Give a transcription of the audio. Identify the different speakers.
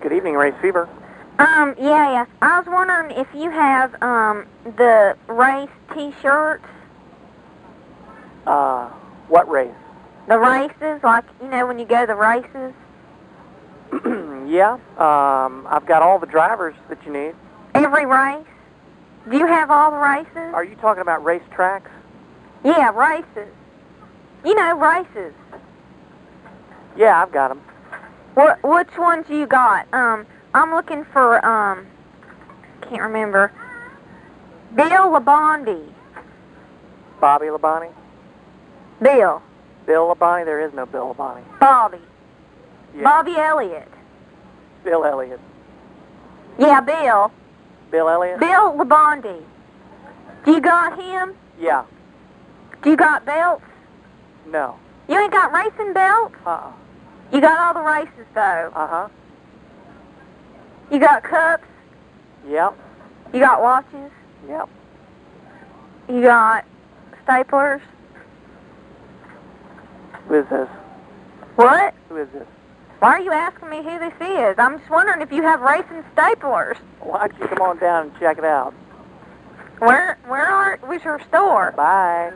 Speaker 1: Good evening, Ray Seaver.
Speaker 2: Um, yeah, yeah. I was wondering if you have um the race T-shirts,
Speaker 1: Uh, what race?
Speaker 2: the races, like you know when you go to the races.
Speaker 1: yeah, um, I've got all the drivers that you need.
Speaker 2: Every race. Do you have all the races?
Speaker 1: Are you talking about racetracks?
Speaker 2: yeah, races. You know races.
Speaker 1: Yeah, I've got them.
Speaker 2: What? Which ones you got? Um, I'm looking for um, can't remember. Bill Labonte.
Speaker 1: Bobby Labonte?
Speaker 2: Bill.
Speaker 1: Bill Labonte? There is no Bill Labonte.
Speaker 2: Bobby.
Speaker 1: Yeah,
Speaker 2: Bobby Elliott.
Speaker 1: Bill Elliott.
Speaker 2: Yeah, Bill.
Speaker 1: Bill Elliott?
Speaker 2: Bill Labonte. Do you got him?
Speaker 1: yeah,
Speaker 2: Do you got belts?
Speaker 1: no.
Speaker 2: You ain't got racing belts?
Speaker 1: Uh-uh.
Speaker 2: You got all the races though.
Speaker 1: Uh-huh.
Speaker 2: You got cups.
Speaker 1: Yep,
Speaker 2: You got watches.
Speaker 1: yep.
Speaker 2: You got staplers.
Speaker 1: Who is this?
Speaker 2: What?
Speaker 1: Who is this?
Speaker 2: Why are you asking me who this is? I'm just wondering if you have racing staplers.
Speaker 1: Why don't you come on down and check it out?
Speaker 2: Where where are was your store?
Speaker 1: Bye.